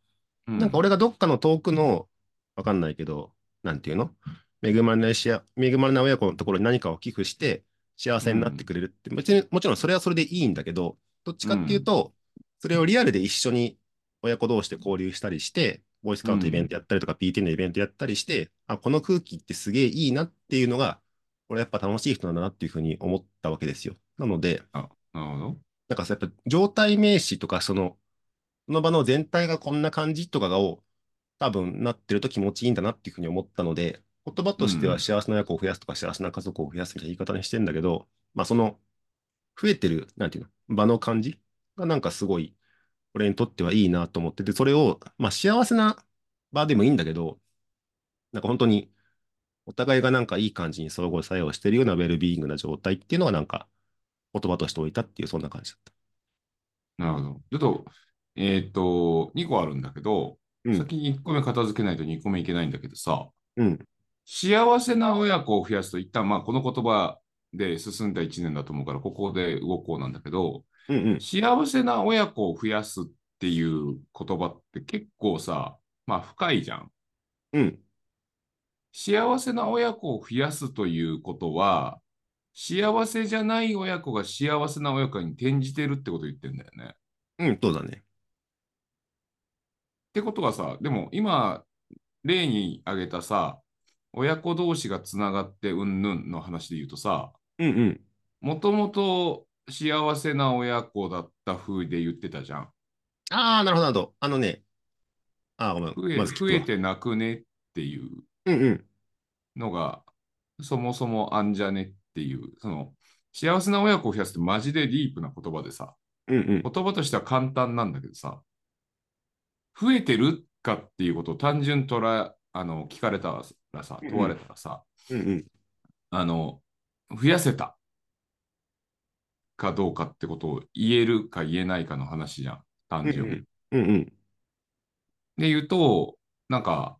Speaker 4: うん
Speaker 3: なんか俺がどっかの遠くの、わかんないけど、なんていうの恵まれないしあ、恵まれない親子のところに何かを寄付して、幸せになってくれるって、別に、もちろんそれはそれでいいんだけど、どっちかっていうと、それをリアルで一緒に親子同士で交流したりして、ボーイスカウトイベントやったりとか、PT のイベントやったりして、あ、この空気ってすげえいいなっていうのが、俺やっぱ楽しい人なんだなっていうふうに思ったわけですよ。なので、
Speaker 4: なるほど。
Speaker 3: なんかさ、やっぱ状態名詞とか、その、その場の全体がこんな感じとかがを、多分なってると気持ちいいんだなっていうふうに思ったので、言葉として
Speaker 4: う
Speaker 3: は
Speaker 4: ん
Speaker 3: 幸せな親子を増やすとか、幸せな家族を増やすみたいな言い方にしてんだけど、まあその、増えてる、なんていうの、場の感じがなんかすごい、俺にとってはいいなと思ってて、それを、まあ幸せな場でもいいんだけど、なんか本当に、お互いがなんかいい感じに相互作用してるようなウェルビーイングな状態っていうのはなんか言葉として置いたっていうそんな感じだった。
Speaker 4: なるほど。ちょっと、えーっと、2個あるんだけど、
Speaker 3: うん
Speaker 4: 先に1個目片付けないと2個目いけないんだけどさ、
Speaker 3: うん。
Speaker 4: 幸せな親子を増やすと、一旦まあこの言葉で進んだ1年だと思うから、ここで動こうなんだけど、
Speaker 3: うんうん。
Speaker 4: 幸せな親子を増やすっていう言葉って結構さ、まあ深いじゃん。
Speaker 3: うん。
Speaker 4: 幸せな親子を増やすということは、幸せじゃない親子が幸せな親子に転じてるってことを言ってんだよね。
Speaker 3: うん、そうだね。
Speaker 4: ってことはさ、でも今、例に挙げたさ、親子同士がつながってうんぬんの話で言うとさ、
Speaker 3: うんうん。
Speaker 4: もともと幸せな親子だった風で言ってたじゃん。
Speaker 3: ああ、なるほど、なるほど。あのね。ああ、ごめ
Speaker 4: 増え
Speaker 3: ん。まず聞く
Speaker 4: 増
Speaker 3: わ
Speaker 4: えてなくねっていう
Speaker 3: うんうん。
Speaker 4: のが、そもそもあんじゃねっていう、その、幸せな親子を増やすってマジでディープな言葉でさ、
Speaker 3: うんうん。
Speaker 4: 言葉としては簡単なんだけどさ、増えてるかっていうことを単純とら、あの、聞かれたらさ、問われたらさ、
Speaker 3: うんうん。
Speaker 4: あの、増やせたかどうかってことを言えるか言えないかの話じゃん、単純に。で
Speaker 3: うんうん。
Speaker 4: 言うと、なんか、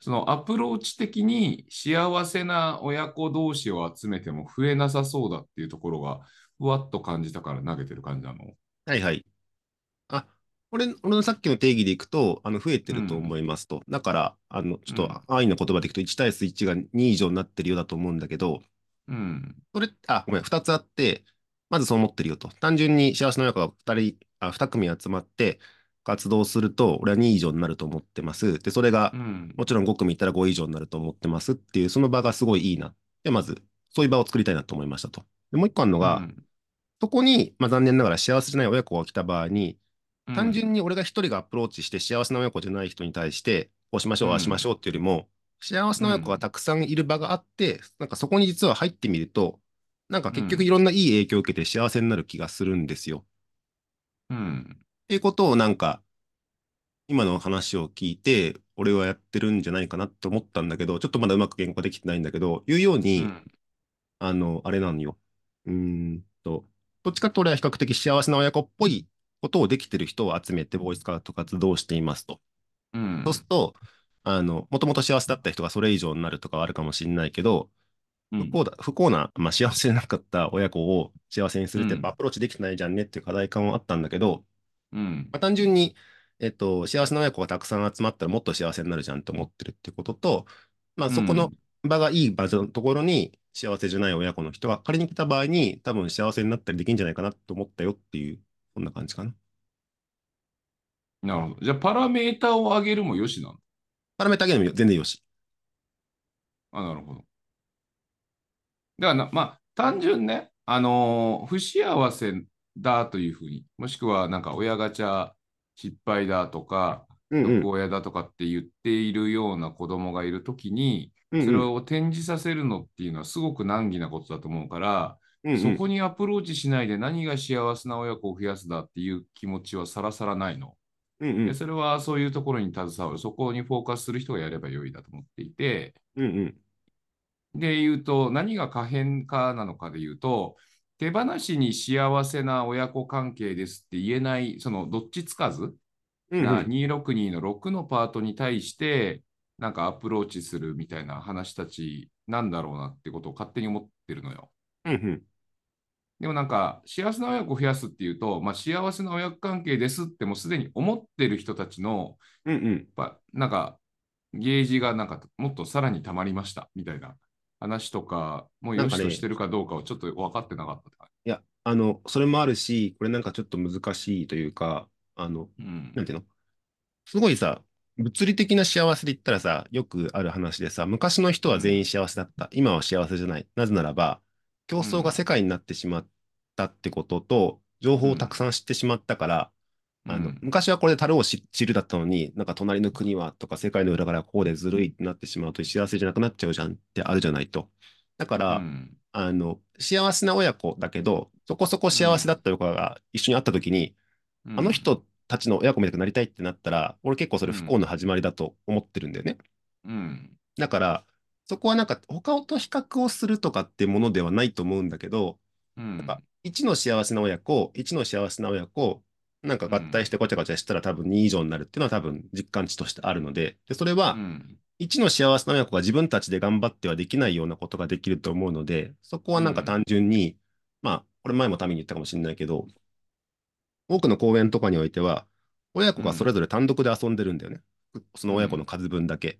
Speaker 4: そのアプローチ的に幸せな親子同士を集めても増えなさそうだっていうところが、ふわっと感じたから投げてる感じなの。
Speaker 3: はいはい。あ、俺、俺のさっきの定義でいくと、あの、増えてると思いますと。だから、あの、ちょっ
Speaker 4: うん
Speaker 3: と安易な言葉でいくと、1対1が2以上になってるようだと思うんだけど、
Speaker 4: うん。
Speaker 3: それ、あ、ごめん、2つあって、まずそう思ってるよと。単純に幸せな親子が2人、あ、2組集まって活動すると、俺は2以上になると思ってます。で、それが
Speaker 4: う、ん。
Speaker 3: もちろん5組いったら5以上になると思ってますっていう、その場がすごいいいな。で、まず、そういう場を作りたいなと思いましたと。でもう一個あるのが、
Speaker 4: うん
Speaker 3: そこに、まあ、残念ながら幸せじゃない親子が来た場合に、
Speaker 4: うん
Speaker 3: 単純に俺が一人がアプローチして幸せな親子じゃない人に対して、こうしましょう、
Speaker 4: うん
Speaker 3: ああしましょうっていうよりも、幸せな親子がたくさんいる場があって、なんかそこに実は入ってみると、なんか結局いろんないい影響を受けて幸せになる気がするんですよ。
Speaker 4: うん。
Speaker 3: っていうことをなんか、今の話を聞いて、俺はやってるんじゃないかなと思ったんだけど、ちょっとまだうまく言語化できてないんだけど、言うよう
Speaker 4: う
Speaker 3: に、
Speaker 4: ん
Speaker 3: あの、あれなのよ。うーんと、どっちかと俺は比較的幸せな親子っぽいことをできてる人を集めて、ボーイスカウト活動をしていますと。
Speaker 4: うん
Speaker 3: そうすると、あの、もともと幸せだった人がそれ以上になるとかはあるかもしれないけど、不幸だ、不幸な、まあ、幸せなかった親子を幸せにするってやっぱ
Speaker 4: う
Speaker 3: アプローチできてないじゃんねっていう課題感はあったんだけど、
Speaker 4: うん
Speaker 3: まあ、単純に、えっと、幸せな親子がたくさん集まったらもっと幸せになるじゃんと思ってるってことと、まあ、そこの場がいい場所のところに幸せじゃない親子の人が仮に来た場合に多分幸せになったりできるんじゃないかなと思ったよっていう、こんな感じかな。
Speaker 4: なるほど。じゃあ、パラメータを上げるもよしなの。
Speaker 3: パラメータ上げでも全然よし。
Speaker 4: あ、なるほど。だからな、まあ、単純ね、あのー不幸せだというふうに、もしくは、なんか、親ガチャ失敗だとか、
Speaker 3: うんうん
Speaker 4: 毒親だとかって言っているような子供がいるときに、
Speaker 3: うんうん
Speaker 4: それを転じさせるのっていうのはすごく難儀なことだと思うから、
Speaker 3: うんうん
Speaker 4: そこにアプローチしないで何が幸せな親子を増やすだっていう気持ちはさらさらないの。
Speaker 3: うんう
Speaker 4: で
Speaker 3: ん
Speaker 4: それはそういうところに携わる、そこにフォーカスする人がやればよいだと思っていて、
Speaker 3: うんうん
Speaker 4: で言うと、何が可変化なのかで言うと、手放しに幸せな親子関係ですって言えない、そのどっちつかず
Speaker 3: うんうん
Speaker 4: な262の6のパートに対して、なんかアプローチするみたいな話たちなんだろうなってことを勝手に思ってるのよ。
Speaker 3: うんうん。
Speaker 4: でもなんか、幸せな親子を増やすっていうと、まあ、幸せな親子関係ですってもうすでに思ってる人たちの、
Speaker 3: うんうん。
Speaker 4: やっぱなんか、ゲージがなんかもっとさらに溜まりましたみたいな話とか、もうよしとしてるかどうかをちょっと分かってなかったって感
Speaker 3: いや、あの、それもあるし、これなんかちょっと難しいというか、あの、
Speaker 4: じ。
Speaker 3: なんていうのすごいさ、物理的な幸せで言ったらさ、よくある話でさ、昔の人は全員幸せだった。今は幸せじゃない。なぜならば、競争が世界になってしまったってことと、情報をたくさん知ってしまったから、
Speaker 4: うん
Speaker 3: あ
Speaker 4: う
Speaker 3: の
Speaker 4: ん
Speaker 3: 昔はこれで樽を知知るだったのに、なんか隣の国はとか世界の裏からこうでずるいってなってしまうと幸せじゃなくなっちゃうじゃんってあるじゃないと。だから、
Speaker 4: うん
Speaker 3: あの、幸せな親子だけど、そこそこ幸せだった親子が一緒に会った時に、あの、人たちの親子みたくなりたいってなったら、俺結構それ不幸の始まりだと思ってるんだよね。
Speaker 4: うん
Speaker 3: だから、そこはなんか他と比較をするとかってものではないと思うんだけど、
Speaker 4: うん、
Speaker 3: なんか1の幸せな親子、1の幸せな親子、なんか合体してごちゃごちゃしたら多分2以上になるっていうのは多分実感値としてあるので、でそれ
Speaker 4: う
Speaker 3: は
Speaker 4: ん
Speaker 3: 1の幸せな親子が自分たちで頑張ってはできないようなことができると思うので、そこはなんか単純に、まあ、これ前もために言ったかもしれないけど、多くの公園とかにおいては、親子がそれぞれ単独で遊んでるんだよね。その親子の数分だけ。
Speaker 4: うん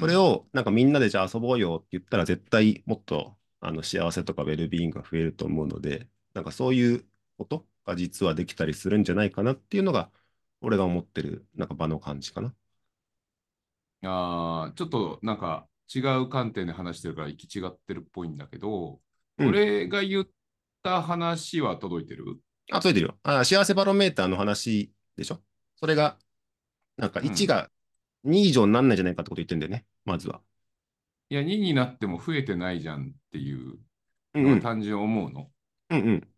Speaker 3: それを、なんかみんなでじゃあ遊ぼうよって言ったら、絶対もっとあの幸せとかウェルビーイングが増えると思うので、なんかそういうことが実はできたりするんじゃないかなっていうのが、俺が思ってる、なんか場の感じかな。
Speaker 4: あーちょっとなんか違う観点で話してるから行き違ってるっぽいんだけど、
Speaker 3: うん
Speaker 4: 俺が言った話は届いてる
Speaker 3: あ、ついてるよ。あ、幸せバロメーターの話でしょそれが、なんか
Speaker 4: うん
Speaker 3: 1が2以上になんないんじゃないかってこと言ってんだよね、まずは。
Speaker 4: いや、2になっても増えてないじゃんっていう
Speaker 3: うんう
Speaker 4: のは
Speaker 3: ん。
Speaker 4: 単純に思うの。
Speaker 3: うんうん。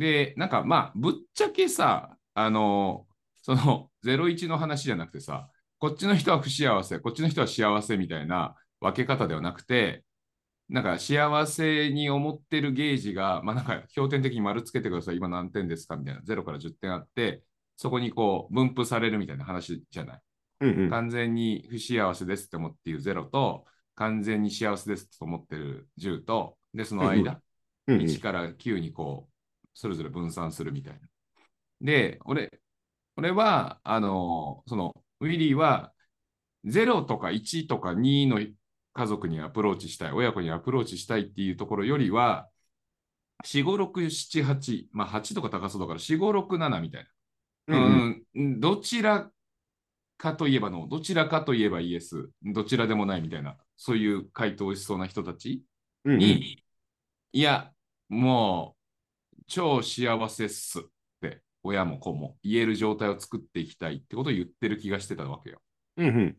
Speaker 4: で、なんかまあ、ぶっちゃけさ、あの、その01の話じゃなくてさ、こっちの人は不幸せ、こっちの人は幸せみたいな分け方ではなくて、なんか幸せに思ってるゲージが、まあなんか標点的に丸つけてください、今何点ですかみたいな、0から10点あって、そこにこう分布されるみたいな話じゃない。
Speaker 3: うんうん。
Speaker 4: 完全に不幸せですって思っている0と、完全に幸せですと思ってる10と、で、その間、
Speaker 3: うんうん
Speaker 4: 1から9にこう、それぞれ分散するみたいな。で、俺、俺は、あのその、ウィリーは、0とか1とか2の家族にアプローチしたい、親子にアプローチしたいっていうところよりは、4、5、6、7、8、まあ8とか高そうだから、4、5、6、7みたい
Speaker 3: う
Speaker 4: な。うん
Speaker 3: うん。
Speaker 4: んうん、どちらかといえばの、どちらかといえばイエス、どちらでもないみたいな、そういう回答をしそうな人たち
Speaker 3: うんうん。
Speaker 4: に、いや、もう、超幸せっすって、親も子も言える状態を作っていきたいってことを言ってる気がしてたわけよ。
Speaker 3: うんうん。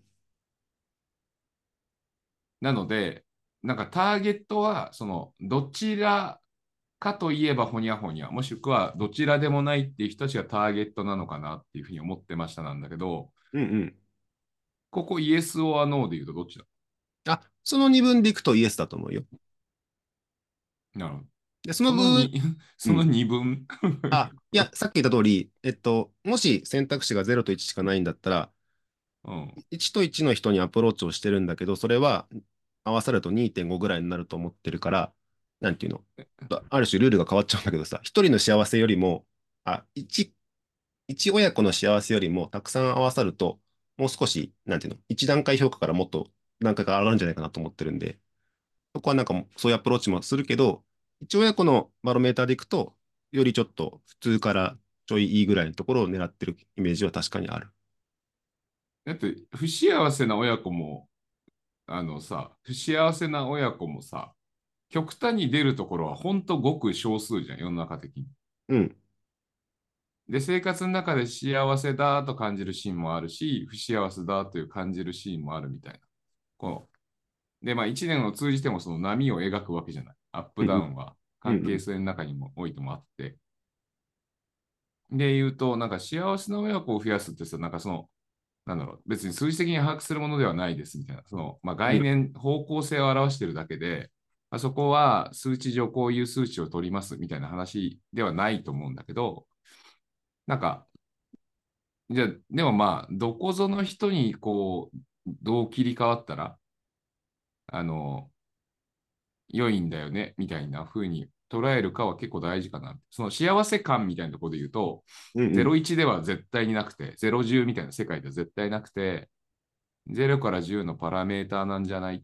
Speaker 4: なので、なんかターゲットは、その、どちらかといえばほにゃほにゃ、もしくはどちらでもないっていう人たちがターゲットなのかなっていうふうに思ってましたなんだけど、
Speaker 3: うんうん。
Speaker 4: ここイエスオアノーで言うとどっちだ
Speaker 3: あ、その2分でいくとイエスだと思うよ。
Speaker 4: なるほど。
Speaker 3: で、そ
Speaker 4: そ
Speaker 3: の
Speaker 4: の
Speaker 3: 分、
Speaker 4: にその二分。
Speaker 3: あ、いや、さっき言った通り、えっと、もし選択肢が0と1しかないんだったら、
Speaker 4: うん。
Speaker 3: 1と1の人にアプローチをしてるんだけど、それは合わさると2.5ぐらいになると思ってるから、なんていうのある種ルールが変わっちゃうんだけどさ、一人の幸せよりも、あ、一、一親子の幸せよりもたくさん合わさると、もう少し、なんていうの一段階評価からもっと段階が上がるんじゃないかなと思ってるんで、そこはなんかもうそういうアプローチもするけど、一親子のバロメーターでいくと、よりちょっと普通からちょいいいぐらいのところを狙ってるイメージは確かにある。
Speaker 4: だって、不幸せな親子も、あのさ、不幸せな親子もさ、極端に出るところは本当ごく少数じゃん、世の中的に。
Speaker 3: うん、
Speaker 4: で、生活の中で幸せだと感じるシーンもあるし、不幸せだという感じるシーンもあるみたいな。こうで、まあ、一年を通じてもその波を描くわけじゃない。アップダウンは
Speaker 3: うんうん
Speaker 4: 関係性の中にもおいてもあって。で、言うと、なんか幸せな親子を増やすってさ、なんかその、なんだろう、別に数字的に把握するものではないですみたいな、その、まあ、概念、方向性を表してるだけで、あそこは数値上こういう数値を取りますみたいな話ではないと思うんだけど、なんか、じゃあ、でもまあ、どこぞの人にこう、どう切り替わったら、あの、良いんだよね、みたいな風に捉えるかは結構大事かな。その幸せ感みたいなところで言うと、
Speaker 3: うんうん
Speaker 4: 01では絶対になくて、010みたいな世界では絶対なくて、0から10のパラメーターなんじゃないっ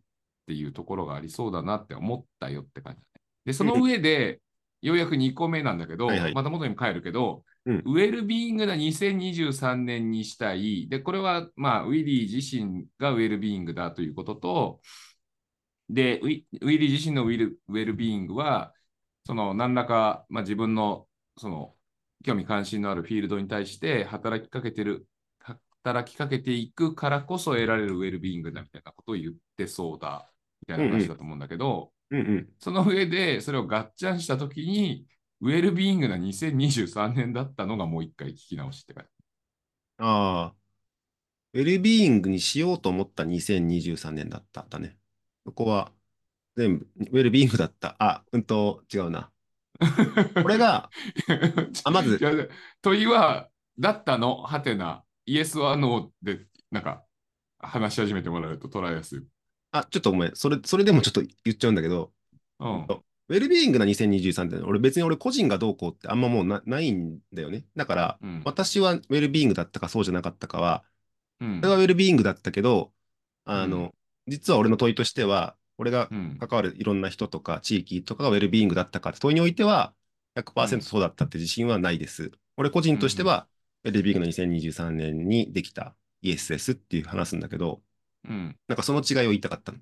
Speaker 4: ていうところがありそうだなって思ったよって感じだね。で、その上で、ようやく2個目なんだけど、
Speaker 3: はいはい
Speaker 4: また元に帰るけど、
Speaker 3: うん
Speaker 4: ウェルビーイングな2023年にしたい。で、これは、まあ、ウィリー自身がウェルビーイングだということと、で、ウィウィリー自身のウィルウェルビーイングは、その何らか、まあ、自分のその興味関心のあるフィールドに対して働きかけてる、働きかけていくからこそ得られるウェルビーイングだみたいなことを言ってそうだみたいな話だと思うんだけど、
Speaker 3: うんうん
Speaker 4: その上でそれをガッチャンしたときに、ウェルビーイングな2023年だったのがもう一回聞き直しって感じ。
Speaker 3: ああ、ウェルビーイングにしようと思った2023年だった、だね。そこは、全部、ウェルビーイングだった。あ、うんと、違うな。これが、あまず
Speaker 4: いや問いは、だったの、はてな、イエスはノーで、なんか、話し始めてもらえると捉えやすい。
Speaker 3: あ、ちょっとごめん、それ、それでもちょっと言っちゃうんだけど、
Speaker 4: うん。
Speaker 3: ウェルビーイングな2023年、俺別に俺個人がどうこうってあんまもうな、ないんだよね。だから、
Speaker 4: うん
Speaker 3: 私はウェルビーイングだったかそうじゃなかったかは、
Speaker 4: うん
Speaker 3: それはウェルビーイングだったけど、あ
Speaker 4: う
Speaker 3: の、実は俺の問いとしては、俺が
Speaker 4: うん
Speaker 3: 関わるいろんな人とか地域とかがウェルビーイングだったかって問いにおいては
Speaker 4: うん
Speaker 3: 100%そうだったって自信はないです。俺個人としてはウェルビーイングの2023年にできた ESS っていう話すんだけど、
Speaker 4: うん
Speaker 3: なんかその違いを言いたかったの。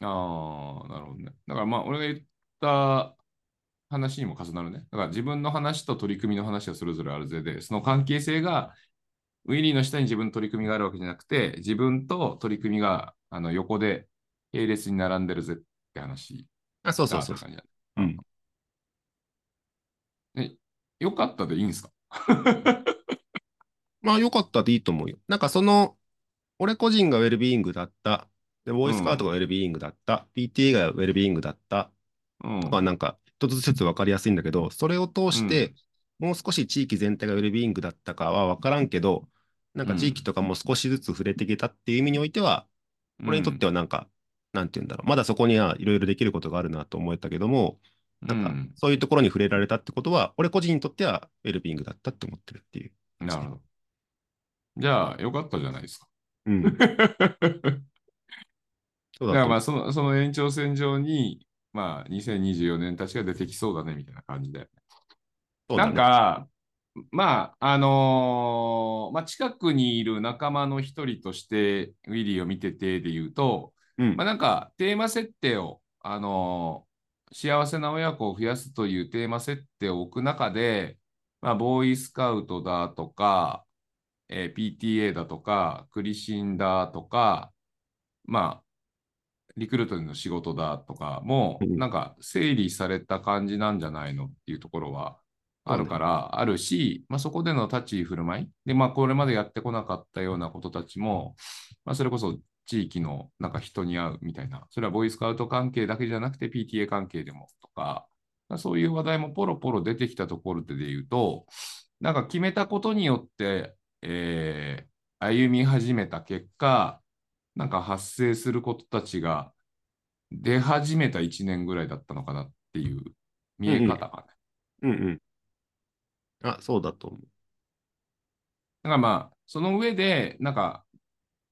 Speaker 4: ああ、なるほどね。だからまあ、俺が言った話にも重なるね。だから自分の話と取り組みの話はそれぞれあるぜで、その関係性が、ウィリーの下に自分の取り組みがあるわけじゃなくて、自分と取り組みがあの横で並列に並んでるぜって話
Speaker 3: あ、そう
Speaker 4: が
Speaker 3: そ
Speaker 4: あ
Speaker 3: う
Speaker 4: った
Speaker 3: そう
Speaker 4: 感じだ
Speaker 3: うん。
Speaker 4: ね。えよかったでいいんですか
Speaker 3: まあよかったでいいと思うよ。なんかその、俺個人がウェルビーイングだった、で、ボーイスカートがウェルビーイングだった、PTA がウェルビーイングだった、
Speaker 4: うん。
Speaker 3: とかなんか一つずつ分かりやすいんだけど、それを通して、もう少し地域全体がウェルビーイングだったかは分からんけど、なんか地域とかも少しずつ触れていけたっていう意味においては、
Speaker 4: うん
Speaker 3: 俺にとってはなんか、なんて言うんだろう、まだそこにはいろいろできることがあるなと思えたけども、なん
Speaker 4: う
Speaker 3: か
Speaker 4: ん
Speaker 3: そういうところに触れられたってことは、俺個人にとってはウェルビーイングだったって思ってるっていう。
Speaker 4: なるほど。じゃあ、よかったじゃないですか。
Speaker 3: うん、そう
Speaker 4: だ
Speaker 3: だと
Speaker 4: から
Speaker 3: 思う
Speaker 4: まあそのその延長線上に、まあ、2024年たちが出てきそうだねみたいな感じで。
Speaker 3: そうだ
Speaker 4: な
Speaker 3: ね
Speaker 4: んか、まあ、あのーまあ、近くにいる仲間の一人として、ウィリーを見ててで言うと、
Speaker 3: うん
Speaker 4: まあ、なんか、テーマ設定を、あのー幸せな親子を増やすというテーマ設定を置く中で、まあ、ボーイスカウトだとか、えー PTA だとか、クリシンだとか、まあ、リクルートの仕事だとかも、
Speaker 3: うん
Speaker 4: なんか整理された感じなんじゃないのっていうところはあるから、あるし、まあ、そこでの立ち居振る舞い、で、まあ、これまでやってこなかったようなことたちも、まあ、それこそ地域のなんか人に会うみたいな、それはボーイスカウト関係だけじゃなくて PTA 関係でもとか、まあそういう話題もポロポロ出てきたところで言うと、なんか決めたことによって、えー歩み始めた結果、なんか発生することたちが出始めた1年ぐらいだったのかなっていう見え方が
Speaker 3: う
Speaker 4: ね。
Speaker 3: んうん。あ、そうだと思う。
Speaker 4: だからまあ、その上で、なんか、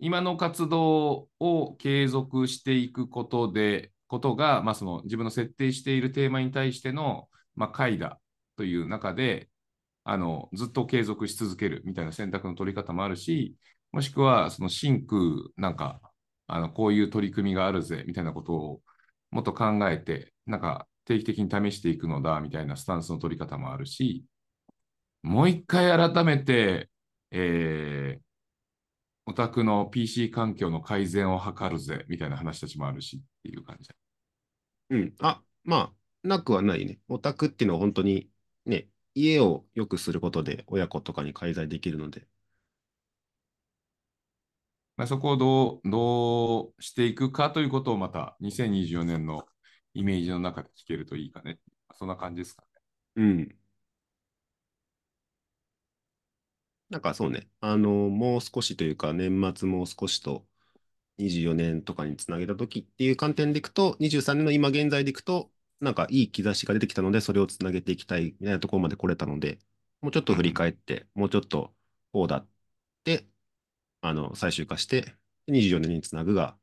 Speaker 4: 今の活動を継続していくことで、ことが、まあその自分の設定しているテーマに対しての、まあ回だという中で、あの、ずっと継続し続けるみたいな選択の取り方もあるし、もしくは、その真空、なんか、あの、こういう取り組みがあるぜ、みたいなことをもっと考えて、なんか定期的に試していくのだ、みたいなスタンスの取り方もあるし、もう一回改めて、えー、お宅の PC 環境の改善を図るぜ、みたいな話たちもあるしっていう感じだ。
Speaker 3: うん。あ、まあ、なくはないね。オタクっていうのは本当に、ね、家を良くすることで親子とかに介在できるので。
Speaker 4: まあ、そこをどう、どうしていくかということをまた2024年のイメージの中で聞けるといいかね。そんな感じですかね。
Speaker 3: うん。なんかそうね、あの、もう少しというか、年末もう少しと、 24年とかにつなげた時っていう観点でいくと、23年の今現在でいくと、なんかいい兆しが出てきたので、それをつなげていきたいみたいなところまで来れたので、もうちょっと振り返って、もうちょっとこうだって、あの、最終化して、24年につなぐが、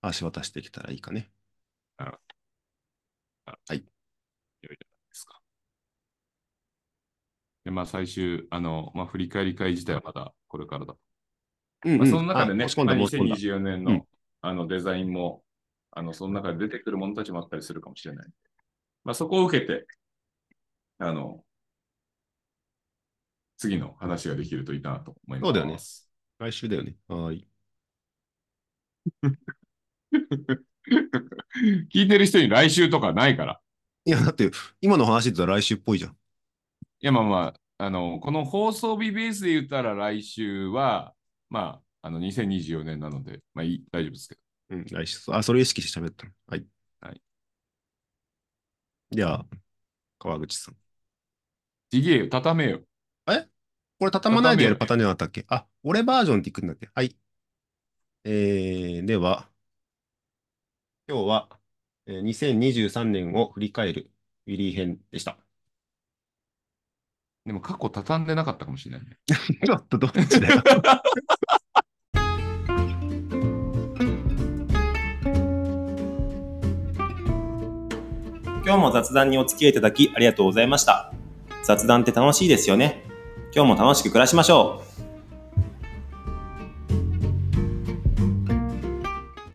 Speaker 3: 足渡してきたらいいかね。
Speaker 4: ですか。で、まあ、最終、あの、まあ、振り返り会自体はまだこれからだ。
Speaker 3: うんうん
Speaker 4: まあ、その中でね、
Speaker 3: あ申し込んだ、
Speaker 4: まあ
Speaker 3: 申し込んだ。
Speaker 4: 2024年
Speaker 3: う
Speaker 4: の
Speaker 3: ん
Speaker 4: あのデザインも、あの、その中で出てくるものたちもあったりするかもしれない。まあ、そこを受けて、あの、次の話ができるといいなと思います。
Speaker 3: そうだよね来週だよね。はーい。
Speaker 4: 聞いてる人に来週とかないから。
Speaker 3: いや、だって、今の話だったら来週っぽいじゃん。
Speaker 4: いや、まあまあ、あの、この放送日ベースで言ったら来週は、まあ、あの、2024年なので、まあいい、大丈夫ですけど。
Speaker 3: うん、来週。あ、それ意識して喋ったの。はい。
Speaker 4: はい。
Speaker 3: では、川口さん。
Speaker 4: ちげえよ、畳めよ。
Speaker 3: これ畳まないでやるパターンじゃなかったっけあ、俺バージョンっていくんだっけはい。えー、では、今日は、えー2023年を振り返るウィリー編でした。
Speaker 4: でも過去畳んでなかったかもしれないね。
Speaker 3: ちょっとどっちだよ。
Speaker 2: 今日も雑談にお付き合いいただきありがとうございました。雑談って楽しいですよね。今日も楽しく暮らしましょう。